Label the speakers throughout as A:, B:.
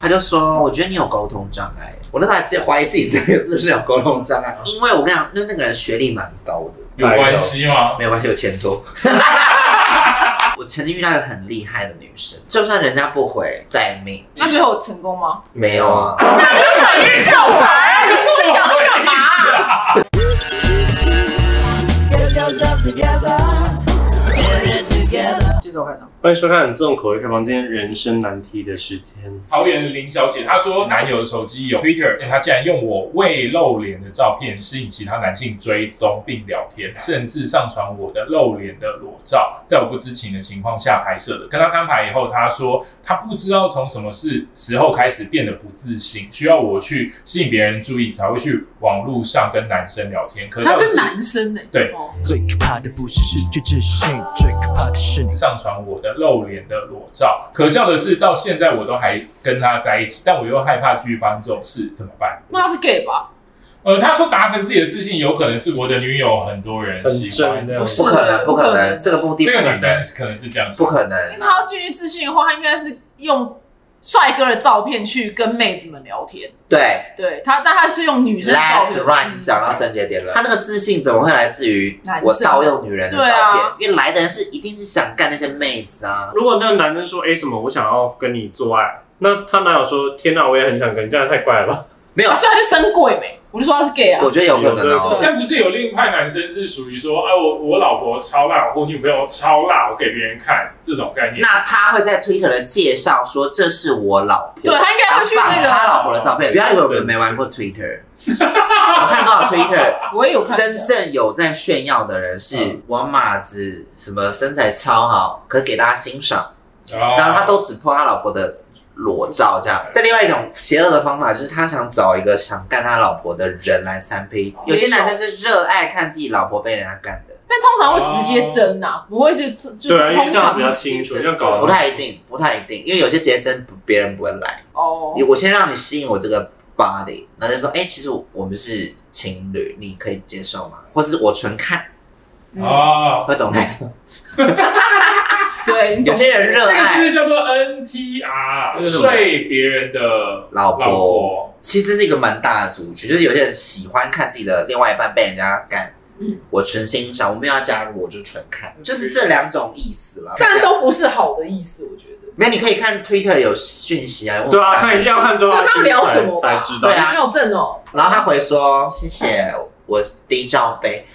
A: 他就说：“我觉得你有沟通障碍。”我那时候还自己怀疑自己真的是不是有沟通障碍， 因为我跟你讲，那那个人学历蛮高的，
B: 有关系吗？
A: 没有关系，有前 途。我曾经遇到一个很厉害的女生，就算人家不回，再命
C: 那最后成功吗？
A: 没有啊。
C: 想要转运教
D: 啊
C: 材，你是想要干嘛啊？这首开场，
D: 欢迎收看《重口味开房间》人生难题的时间。
B: 桃园林小姐她说，男友的手机有 Twitter，但她竟然用我未露脸的照片吸引其他男性追踪并聊天，甚至上传我的露脸的裸照，在我不知情的情况下拍摄的。跟她摊牌以后，她说她不知道从什么事时候开始变得不自信，需要我去吸引别人注意才会去网络上跟男生聊天。可是
C: 他
B: 我
C: 跟
B: 是
C: 男生呢、欸？
B: 对
C: 哦
E: 最可怕的不是失去自信，最可怕的是你
B: 上传我的露脸的裸照。可笑的是，到现在我都还跟他在一起，但我又害怕继续发生这种事，怎么办？
C: 那他是 gay 吧？
B: 呃，他说达成自己的自信，有可能是我的女友很多人喜欢
D: 很正的
B: 不
A: 不
B: 是
A: 可能，不可
C: 不可
A: 能，
C: 能
A: 这个目的
B: 这
A: 不
B: 个
A: 可
B: 女生
A: 能，
B: 可能是这样
A: 不
B: 想，
A: 可
C: 因为
A: 能。
C: 他要继续自信的话，他应该是用帅哥的照片去跟妹子们聊天。
A: 对
C: 对他，但他是用女生的照
A: ，Let's
C: 片。嗯
A: run，你讲到症结点了。他那个自信怎么会来自于我盗用女人的照
C: 男生
A: 片？
C: 对啊
A: 因为来的人是一定是想干那些妹子啊。
D: 如果那个男生说：“哎、什么？我想要跟你做爱。”那他男友说：“天哪、我也很想跟你，这样太怪了吧
A: 没有
C: 啊，所以他就生贵没？我就说他是 gay 啊。
A: 我觉得有可能
D: 有
A: 哦、
B: 现在不是有另一派男生是属于说，哎、我我老婆超辣，我女朋友超辣，我给别人看这种概念。
A: 那他会在 Twitter 的介绍说这是我老婆，
C: 对他应该会去那
A: 然后放他
C: 个，
A: 老婆的照片。不要以为我们没玩过 Twitter，我看多少 Twitter，
C: 我也有看。
A: 真正有在炫耀的人是王马子，什么身材超好，可给大家欣赏。
B: 哦
A: 然后他都只 po 他老婆的裸照这样。再另外一种邪恶的方法就是他想找一个想干他老婆的人来三 P。有些男生是热爱看自己老婆被人家干的，
C: 但通常会直接争呐、啊，不会是就？”就
D: 哦对啊，因为
C: 通
D: 这样
C: 常
D: 比
C: 是
D: 较
C: 直接
D: 清楚，
C: 争
D: 这样搞
A: 不
D: 得
A: 太一定，不太一定，因为有些直接真别人不会来。
C: 哦。
A: 我先让你吸引我这个 body，然后就说，哎、其实我们是情侣，你可以接受吗？或是我纯看，
C: 嗯
B: 哦，
A: 会懂的。
C: 对，你懂
A: 有些人热
B: 这个
A: 爱
B: 是叫做
D: 这
B: NTR，
D: 是什么
B: 睡别人的
A: 老
B: 老
A: 婆。
B: 婆。
A: 其实是一个蛮大的族群，就是有些人喜欢看自己的另外一半被人家干。
C: 嗯
A: 我纯欣赏，我没有要加入，我就纯看，就是这两种意思啦。
C: 但都不是好的意思，我觉得。
A: 没有，你可以看 Twitter 有讯息啊，问
D: 对啊，
A: 大家
D: 看一定要看多少
C: 看他们聊什么
D: 才
C: 吧
D: 知道
A: 对。啊
C: 没有正哦，
A: 然后他回说谢谢，我低罩杯，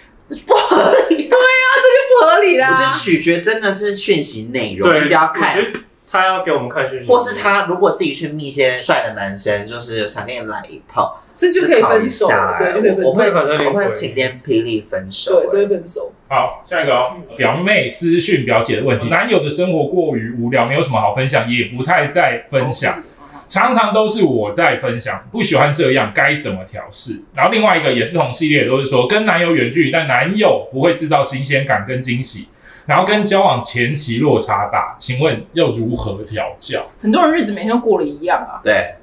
C: 啊不合理
A: 我觉得
C: 啦。
A: 取决真的是讯息内容，
D: 对，
A: 你只要
D: 我觉
A: 看。
D: 得他要给我们看讯息，
A: 或是他如果自己去密一些帅的男生，就是想跟你来一炮，
C: 这就可以分手
A: 思考一下
C: 对就哎可以分手哎
A: 我会
D: 这个好像有
A: 我
D: 点
A: 会
D: 诡异
A: 晴天霹雳分手、
C: 对，
A: 欸
C: 这会分手。
B: 好，下一个哦，表妹私讯表姐的问题，男友的生活过于无聊，没有什么好分享，也不太在分享。常常都是我在分享，不喜欢这样，该怎么调试？然后另外一个也是同系列，都是说跟男友远距离，但男友不会制造新鲜感跟惊喜，然后跟交往前期落差大，请问要如何调教？
C: 很多人日子每天都过得一样啊，
A: 对，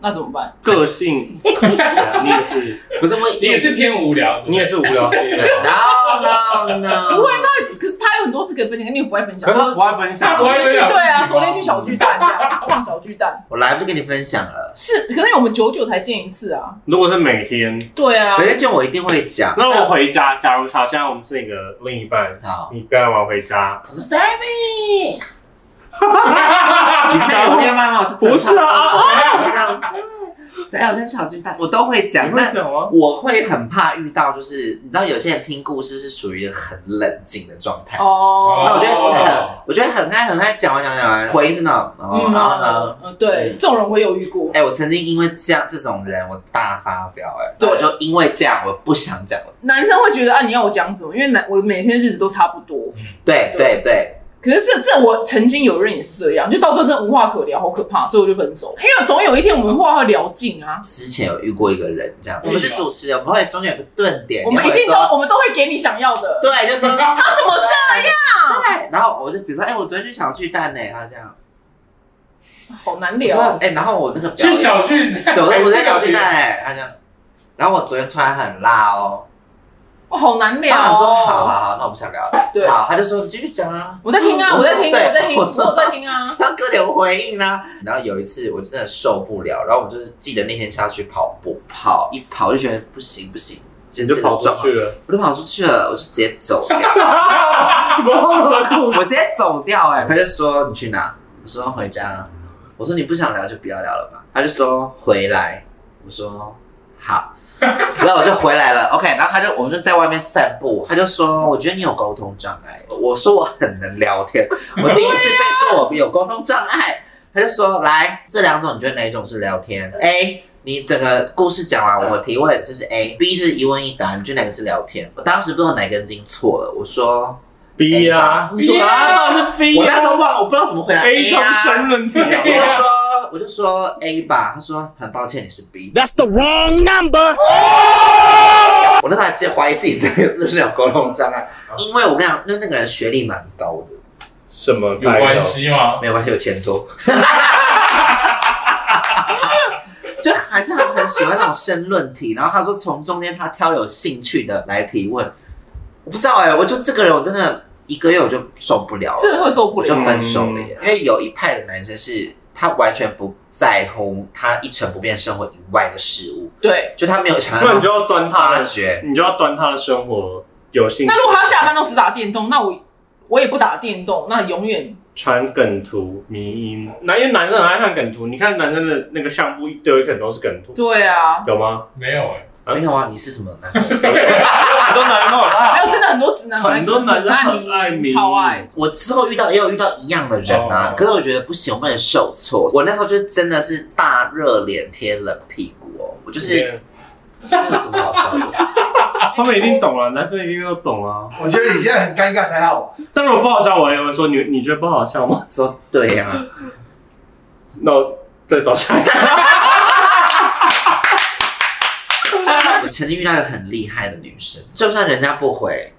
C: 那怎么办？
D: 个性，啊你也是，
A: 不是我
B: 你也是偏无聊，
D: 你也是无聊黑
A: 对
D: 的。
A: ，no no no，
C: 不会可是他有很多事可以分享，你又不爱分享。
D: 可是他不爱分
C: 他
D: 享
B: 不
C: 昨
B: 爱
C: 天去
B: 分享
C: 对
B: 事情
C: 啊，
B: 吗
C: 昨天去小巨蛋这样唱小巨蛋
A: 我来不跟你分享了，
C: 是，可是我们久久才见一次啊。
D: 如果是每天，
C: 对啊
A: 可，是就我一定会讲。
D: 那我回家，假如他现在我们是你的另一半，
A: 好，
D: 你干完回家，
A: 我说 baby，
D: 你
A: 你在我 爹妈妈，我就
D: 不是啊
A: 这样子，只要我真小鸡蛋，我都会
D: 你
A: 讲。
D: 会
A: 那
D: 讲吗？
A: 我会很怕遇到，就是你知道有些人听故事是属于一个很冷静的状态。那
C: 哦，
A: 我觉得很
B: 哦，
A: 我觉得很爱很爱讲完讲完讲完，回应是那种，哦
D: 啊
C: 嗯
A: 然后呢？
C: 嗯，对，这种人我有遇过。
A: 哎、我曾经因为这样这种人，我大发飙哎、
C: 对
A: 我就因为这样，我不想讲了。
C: 男生会觉得啊，你要我讲什么？因为男我每天日子都差不多。
A: 对对对，
C: 可是这这我曾经有人也是这样，就到最后真的无话可聊，好可怕，最后就分手。因为哎总有一天我们话会聊尽啊，
A: 之前有遇过一个人这样，
B: 嗯
A: 我们是主持人，我们会中间有个顿点，
C: 我们
A: 你
C: 一
A: 会
C: 定
A: 说
C: 都我们都会给你想要的。
A: 对， 就说
C: 他怎么这样？
A: 对，然后我就比如说，哎、我昨天去小巨蛋呢、他这样，
C: 好难
A: 我
C: 聊
A: 说，
C: 啊。
A: 哎、然后我那个表
B: 去
A: 演，
B: 小巨
A: 对，
B: 蛋，
A: 我我在小巨蛋哎、他这样，然后我昨天穿很辣哦，
C: 哇，好难聊
A: 他想说好好
C: 哦。
A: 好，那我不想聊了。
C: 对
A: 好，他就说你继续讲啊。
C: 我在听啊，
A: 嗯
C: 我在听，
A: 我说对
C: 我在听，
A: 我
C: 我
A: 说
C: 在听啊。
A: 他给我点回应啊。然后有一次我真的受不了，然后我就是记得那天下去跑步，跑一跑就觉得不行不行，就
D: 你
A: 是这
D: 就
A: 个
D: 跑
A: 状
D: 出
A: 况
D: 去， 了，
A: 我就跑出去了，我就直接走掉，
D: 什么酷？
A: 我直接走掉哎、他就说你去哪？我说回家啊。我说你不想聊就不要聊了吧。他就说回来。我说好。 然后我就回来了，OK。然后他就我们就在外面散步，他就说我觉得你有沟通障碍。我说我很能聊 天，我第一次被说我有沟通障碍。他就说来这两种，你觉得哪一种是聊天？A 你整个故事讲完，我提问就是 A，B 就是一问一答，你觉得哪个是聊天？我当时不知道哪根筋错了，我说
D: B 啊，
C: 你说
D: 啊，那是 B，
A: 我那时候忘了，我不知啊道怎么回答
D: A
A: 呀
D: 中申论题
A: 我就
D: 啊，
A: 说，我就说 A 吧。他说很抱歉，你是 B。
E: That's the wrong number.
A: 我那时候还直接怀疑自己这个是不是有沟通障碍，因为我跟你讲，那那个人学历蛮高的，
D: 什么
B: 有关？系吗？
A: 没有关系，有前途。 就还是他们很喜欢那种申论题，然后他说从中间他挑有兴趣的来提问。我不知道哎、我就这个人我真的一个月我就受不了了，
C: 真的会受不
A: 我就
C: 了。
A: 分手了耶。嗯因为有一派的男生是他完全不在乎他一成不变生活以外的事物，
C: 对，
A: 就他没有想
D: 不然
A: 要
D: 你就要端他
A: 发
D: 的，
A: 掘。
D: 你就要端他的生活有兴趣。
C: 那如果他下班都只打电动，那我我也不打电动，那永远
D: 传梗图、迷音，那因为男生很爱看梗图，你看男生的那个相簿一堆梗都是梗图，
C: 对啊。
D: 有 吗？
B: 没有哎，
D: 啊
A: 没有啊，你是什么男生？
D: 很多男人都很
C: 没有，
D: 爱，
C: 真的很多直男
D: 很多男人很爱迷，
C: 超爱。。
A: 我之后遇到也有遇到一样的人啊
B: 哦
A: 可是我觉得不行，我不能受挫。我那时候就是真的是大热脸贴冷屁股哦，我就是这有什么好笑的？
D: 啊他们一定懂了，男生一定都懂啊。
F: 我觉得你现在很尴尬才好。
D: 但如果不好笑，我也会说你你觉得不好笑吗？
A: 说对呀、啊，
D: 那我再找下一个。
A: 我曾经遇到一个很厉害的女生，就算人家不回，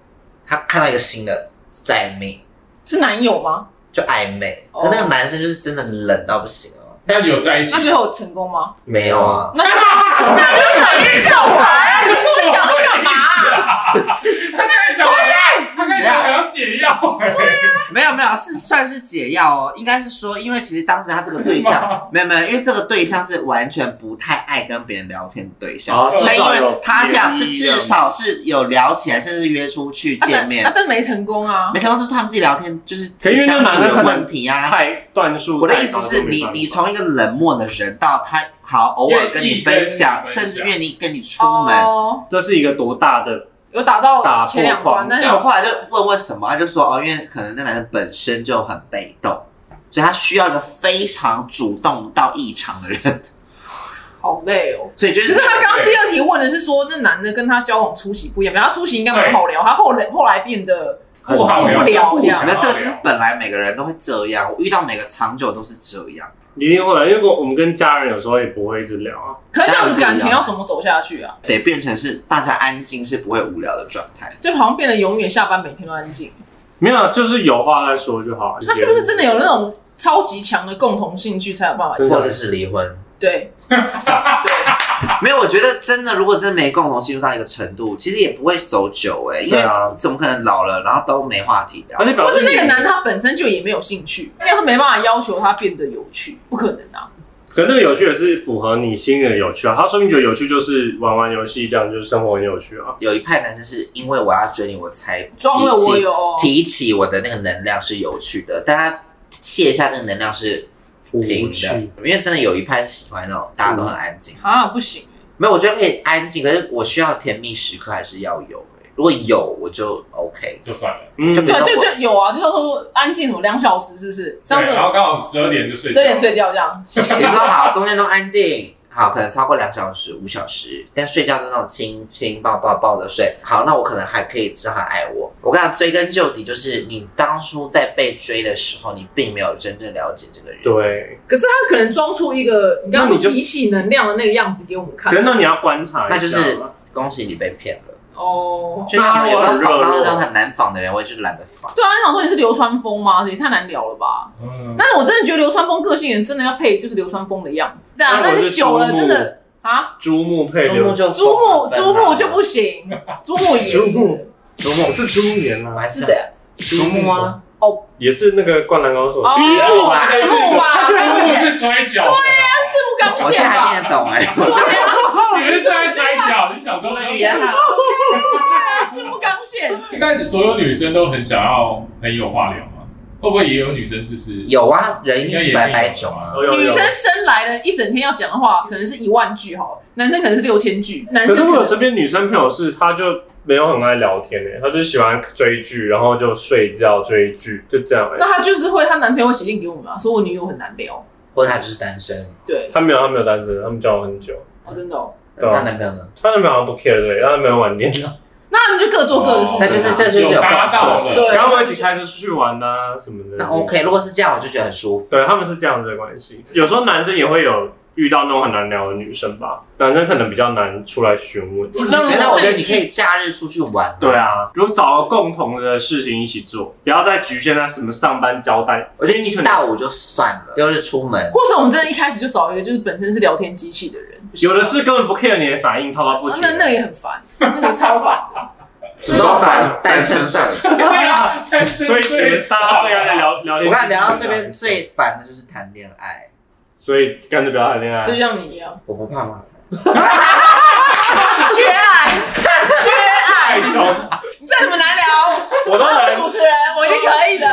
A: 她看到一个新的在妹
C: 是男友吗？
A: 就暧昧，可
D: 哦
A: 那个男生就是真的冷到不行哦。
B: 那有在一起
C: 那？最后成功吗？
A: 没有啊，
C: 那那就等于教材啊！你们是讲那干嘛 啊？
B: 他刚才讲，他刚才讲还要解药哎，
A: 没有没有，是算是解药哦，应该是说，因为其实当时他这个对象，没有没有，因为这个对象是完全不太爱跟别人聊天的对象，
B: 哦
D: 啊
A: 所以因为他这样是
D: 至少有
A: 至少是有聊起来，甚至约出去见
C: 那
A: 面。
C: 但没成功啊
A: 没！想到是他们自己聊天，就是自
D: 因
A: 己
D: 为那
A: 相
D: 男
A: 处
D: 的
A: 有
D: 可能
A: 问题啊。
D: 太段数。
A: 我的意思是你，你从一个冷漠的人到他好偶尔跟你分享，
B: 愿意跟你分享
A: 甚至愿意跟你出门。
C: 哦，
D: 这是一个多大的？
C: 有打到
D: 打
C: 前两
D: 破框
C: 关，但
A: 因为
C: 是
A: 我后来就问为什么，他就说哦，因为可能那男人本身就很被动，所以他需要一个非常主动到异常的人，
C: 好累哦。
A: 所以就
C: 可是
A: 是
C: 他刚刚第二题问的是说，那男的跟他交往初期不一样，然后他初期应该蛮好聊，他后来后来变得
B: 不好聊，
C: 不聊
B: 不想
A: 那这个就是
B: 聊
A: 本来每个人都会这样，我遇到每个长久都是这样。
D: 一定会，因为我们跟家人有时候也不会一直聊啊。
C: 可是这样子感情要怎么走下去啊？
A: 得变成是大家安静是不会无聊的状态。
C: 就好像变得永远下班每天都安静。
D: 没有，啊就是有话再说就好。
C: 那是不是真的有那种超级强的共同兴趣才有办法？
D: 对
A: 或者是离婚，
C: 对，对，
A: 没有，我觉得真的，如果真的没共同兴趣到一个程度，其实也不会走久哎、因
D: 对
A: 为
D: 啊
A: 怎么可能老了然后都没话题聊
D: 而？且表
C: 或
D: 示
C: 是那个
D: 你
C: 男的他本身就也没有兴趣，要是没办法要求他变得有趣，不可能啊。
D: 可那个有趣也是符合你心里的有趣啊。他说不定觉得有趣就是玩玩游戏，这样就是生活很有趣啊。
A: 有一派男生是因为我要追你，我才
C: 装了我有哦，
A: 提起我的那个能量是有趣的，但他卸下这个能量是平
D: 无
A: 的
D: 趣，
A: 因为真的有一派是喜欢那种大家都很安静。
C: 啊不行，
A: 没有，我觉得可以安静，可是我需要甜蜜时刻还是要有、欸。如果有，我就 OK。
B: 就算了。
D: 嗯，
A: 就比
C: 对
A: 如说
C: 对
A: 我
C: 就有啊，就像说安静什么两小时是不是？上次
B: 对然后刚好十二点就睡
C: 十
B: 觉，
C: 二点睡觉这样，
A: 比如说好，中间都安静，好，可能超过两小时、五小时，但睡觉是那种亲亲抱抱抱着睡。好，那我可能还可以知道他爱我。我跟他追根究底，就是你当初在被追的时候，你并没有真正了解这个人。，
D: 对，
C: 可是他可能装出一个你刚刚
D: 那
C: 说
D: 你就
C: 提起能量的那个样子给我们看
D: 可是那你要观察一
A: 那
D: 下嘛，
A: 就是恭喜你被骗了。
C: 哦。
A: 就像有
D: 那
A: 的
D: 如果
A: 仿
D: 很热
A: 到
D: 络
A: 那种很难仿的人，我也就懒得仿。
C: 对啊，你想说你是流川枫吗？也太难聊了吧！
B: 嗯，
C: 但是我真的觉得流川枫个性人真的要配就是流川枫的样子，对啊，
D: 那
C: 但
D: 我
C: 是
D: 是
C: 久了
D: 苏木
C: 真的啊，
D: 朱木配
A: 朱木
D: 刘，
A: 就
C: 朱
A: 疯
C: 木
A: 了
C: 朱木就不行，朱木也
D: 朱木，朱木是朱元啊，
A: 还
C: 是谁？
A: 朱木啊，
D: 也是那个《灌篮高手
C: 哦》，
A: 木吧
C: 赤木吧，赤
B: 这
C: 木
B: 不
C: 先，
B: 是摔跤，对
C: 赤木刚
A: 我现
C: 宪
A: 在还
C: 吧
A: 听得懂哎，我真的
B: 啊，你是在摔跤，你小时候
C: 哎
A: 语言好。
C: 啊，赤木刚宪，
B: 但所有女生都很想要很有话聊吗？会不会也有女生是是？
A: 有啊，人一定是百百种啊。
D: 哦有有有
C: 女生生来了一整天要讲的话，可能是一万句好了，男生可能是六千句，男
D: 可
C: 生
D: 是我
C: 可
D: 有
C: 能
D: 身边女生朋友是，她就没有很爱聊天欸诶、她就喜欢追剧，然后就睡觉追剧，就这样、欸。
C: 那她就是会，她男朋友会写信给我们啊，说我女友很难聊，
A: 或者他就是单身，
C: 对，
D: 她没有，她没有单身，他们交往很久。
C: 哦，真的哦，
A: 那
D: 对啊
A: 她男朋友呢？
D: 她男朋友好像不 care 对，她男朋友晚恋了，
C: 那他们就各做各的事
A: 那就
C: 情
A: 是
C: 啊，
A: 这就是
B: 哦有
A: 有
B: 搭档了
A: 对啊
C: 对
D: 然后我们一起开车出去玩呐、什么的。
A: 那 OK，如果是这样，我就觉得很舒服。
D: 对，他们是这样子的关系。有时候男生也会有遇到那种很难聊的女生吧，男生可能比较难出来询问。
C: 嗯
D: 那
A: 所以
D: 如
A: 那
D: 果
A: 我觉得你可以假日出去玩。
D: 对，啊，如果找个共同的事情一起做，不要再局限在什么上班交代。
A: 我觉得
D: 你
A: 一
D: 可能
A: 到五就算了，六日出门，
C: 或者我们真的一开始就找一个就是本身是聊天机器的人，不行
D: 有的是根本不 care 你的反应，滔滔不
C: 啊
D: 绝。
C: 那那也很烦，那个超烦的。
A: 什么都烦，单身算了。
B: 对啊，但是
D: 所以你们大家最爱的聊聊天，
A: 我看聊到这边，最烦的就是谈恋爱，
D: 所以干脆不要谈恋爱
C: 所以。像你一样，
A: 我不怕麻烦。
C: 缺爱，缺
D: 太，
C: 爱
D: 重，
C: 你再怎么难聊，
D: 我都
C: 当
D: 能
C: 主。持人我一定可以的。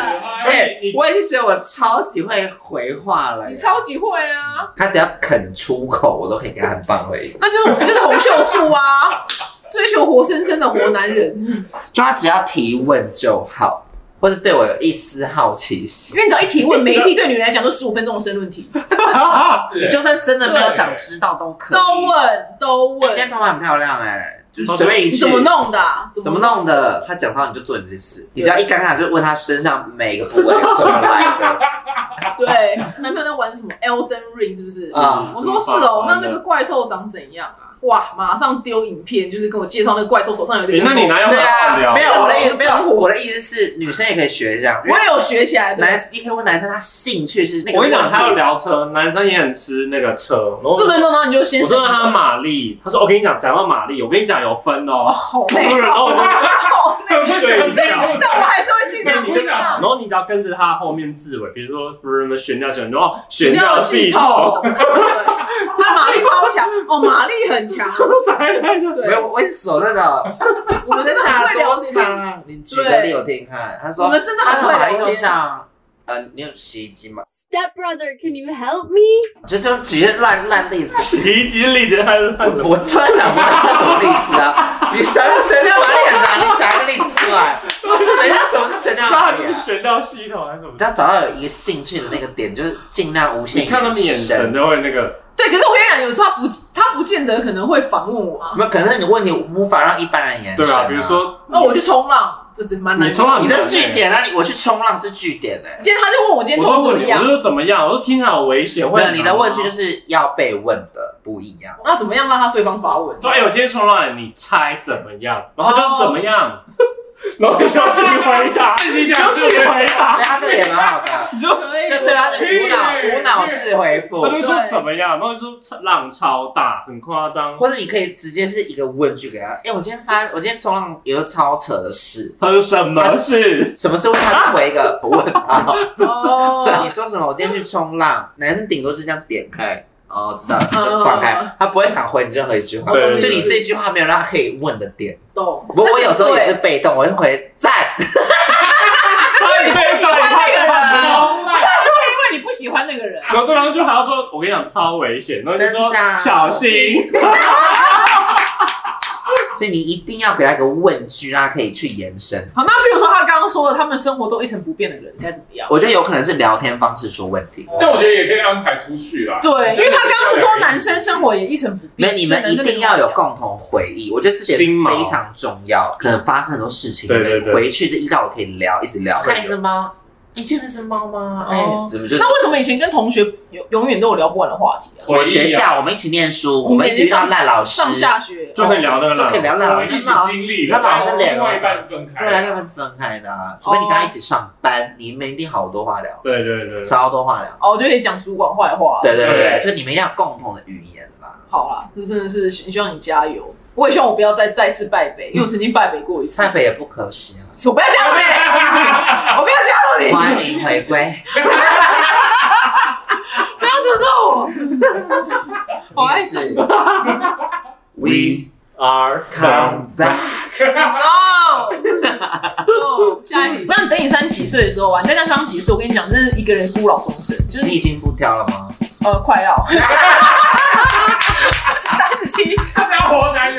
D: 所以
B: 的。
A: 哎
D: 你，
A: 我已经觉得我超级会回话了
C: 你。超级会啊，
A: 他只要肯出口，我都可以给他很棒回应。
C: 那就是我们就是洪秀柱啊，追求活生生的活男人，
A: 就他只要提问就好，或是对我有一丝好奇心
C: 因。为你只要一提问，每一题对女人来讲都十五分钟的申论题，
A: 你就算真的没有想知道都可以。
C: 都问都
A: 今天
C: 问，
A: 头发很漂亮哎、就是随便一
C: 你
A: 句。
C: 怎么？弄的啊？
A: 怎么？弄的？他讲到你就做你这事，你只要一尴尬就问他身上每个部位怎么来的。
C: 对，男朋友在玩什么 Elden Ring 是不是？
A: 啊
C: 我说是哦，那那个怪兽长怎样啊？哇，马上丢影片，就是跟我介绍那个怪兽手上有一
D: 诶
C: 个。
D: 那你？哪有
A: 对
D: 办法
A: 啊，
D: 聊？
A: 没有我的意思，没有我的意思是女生也可以学这样，因
C: 我
A: 为
C: 也有学起来的。
A: 男你可以问男生他兴趣是那个
D: 我跟
A: 问
D: 你讲，他要
A: 题。
D: 聊车，男生也很吃那个车。然后
C: 四分钟，然后你就先
D: 我说他马力，他说我跟你讲，讲到马力，我跟你讲有分
C: 哦，
D: 哦。
C: 好累，
D: 然后我就，
C: 好累，
D: 睡觉
C: 但我还是会尽量不
D: 然
C: 要。
D: 后你只要跟着他的后面字尾，比如说不是什么悬吊系统，然后悬
C: 尿
D: 吊
C: 系
D: 系
C: 统
D: 统，，
C: 对，他马力超强，哦，马力很强，
D: 对对对
A: 没
C: 对
A: 有，，我一直走那种，
C: 我们真的很
A: 他
C: 会聊
A: 啊多
C: 天，
A: 长？你举个例我听听看。他
C: 我
A: 说
C: 们真的
A: 他
C: 很
A: 的
C: 会
A: 马力
C: 聊
A: 都
C: 天。
A: 像，呃，你有洗衣机吗？
G: Step brother, can you help me?
A: 就就举些烂烂例子，
D: 洗衣机里的还是什么？
A: 我突然想不到他什么例子啊！ 你想想神雕玛丽很难，你讲一个例子出来。谁知道什么是神雕玛
D: 到
A: 丽
D: 底是
A: 啊？
D: 悬吊系统还是什么
A: 你？只要找到有一个兴趣的那个点，就是尽量无限
D: 你看他们眼神。都会那个，
C: 对，可是我跟你讲，有时候他不，他不见得可能会反问我啊。
A: 没有，可能是你问题无法让一般人眼神、啊
D: 对吧？比如，说，
C: 那哦我去冲浪，这真蛮难。
D: 你冲浪
A: 你
D: 在
A: 这是据点啊！你我去冲浪是据点哎、
C: 今天他就问我今天
D: 我
C: 冲
D: 都
C: 的
D: 问
C: 怎么
D: 你，我就
C: 样，
D: 说怎么样？我说听起来好危险，会
A: 没有，
D: 很
A: 你
D: 难
A: 的
D: 吗
A: 问句就是要被问的不一样。
C: 那怎么样让他对方发问？
D: 说，哎，我今天冲浪，你猜怎么样？然后就是怎么样， 然后你就自己回答，自己
B: 讲
D: 自己回答
A: 对，，他这个也蛮好的，
D: 你就
C: 可以
A: 这对他是无脑无脑式回复
D: 他，就说怎么样，然后就说浪超大，很夸张。
A: 或者你可以直接是一个问句给他。哎、我今天发，我今天冲浪有个超扯的事，
D: 他说什么事？
A: 什么时候他回一个问号？
C: 哦
A: 你，说什么？我今天去冲浪，男生顶多是这样点开，哦，知道了就放开，他不会想回你任何一句话。
D: 对
A: 就你这句话没有让他可以问的点。
C: 懂。
A: 不过我有时候也是被动，我会回赞。
D: 他也被
C: 喜欢那个人
D: 然后
C: 就是因为你不喜欢那个人。
D: 然后对方就还要说，我跟你讲超危险，然后就说
A: 真假
D: 小心。
A: 所以你一定要给他一个问句，让他可以去延伸。
C: 好，那比如说他刚刚说的，他们生活都一成不变的人该怎么样？
A: 我觉得有可能是聊天方式出问题。
B: 但我觉得也可以安排出去啦。
C: 对，因为他刚刚是说男生生活也一成不变，
A: 那你们一定要有共同回忆，我觉得这点
D: 心锚
A: 非常重要。可能发生很多事情，
D: 对对
A: 你
D: 对
A: 回去这一到我可以聊，一直聊。
D: 对
A: 看一只猫，你见那只猫吗？哎、
C: 哦
A: 怎么就？
C: 那为什么以前跟同学永永远都有聊不完的话题啊？
A: 我们学校我们一起念书，我们一起遇到赖老师，
C: 上下学，
D: 就可以聊那个
A: 就可以
D: 了。
A: 聊赖
B: 我
A: 老
B: 们
A: 师，
B: 一起
A: 那
B: 经历
A: 那
B: 了，
A: 老师
B: 但
A: 脸
B: 另外一半是分开
A: 对啊，
B: 的。
A: 他们是分开的啊，除非你跟他一起上班，你们一定好多话聊，
D: 对对对，
A: 超多话聊。
C: 哦，就可以讲主管坏话。
A: 对对对，
D: 对
A: 就你们一定要有共同的语言啦。
C: 好啦，这真的是希希望你加油。我也希望我不要再再次败北，因为我曾经败北过一次
A: 蔡。北也不可惜啊，
C: 我不要加入 你，我不要加入你，不
A: 欢迎回 归。
C: 要诅咒 我。我爱
A: 你
C: 死
A: 是 We
D: R
A: come back。
C: 哦哦，下一题。那你等你三十几岁的时候啊，你再这样刚几岁，我跟你讲，这是一个人孤老终生，就是
A: 你已
C: 你
A: 经不挑了吗？
C: 呃快要 三十七。
B: 他只要活男人。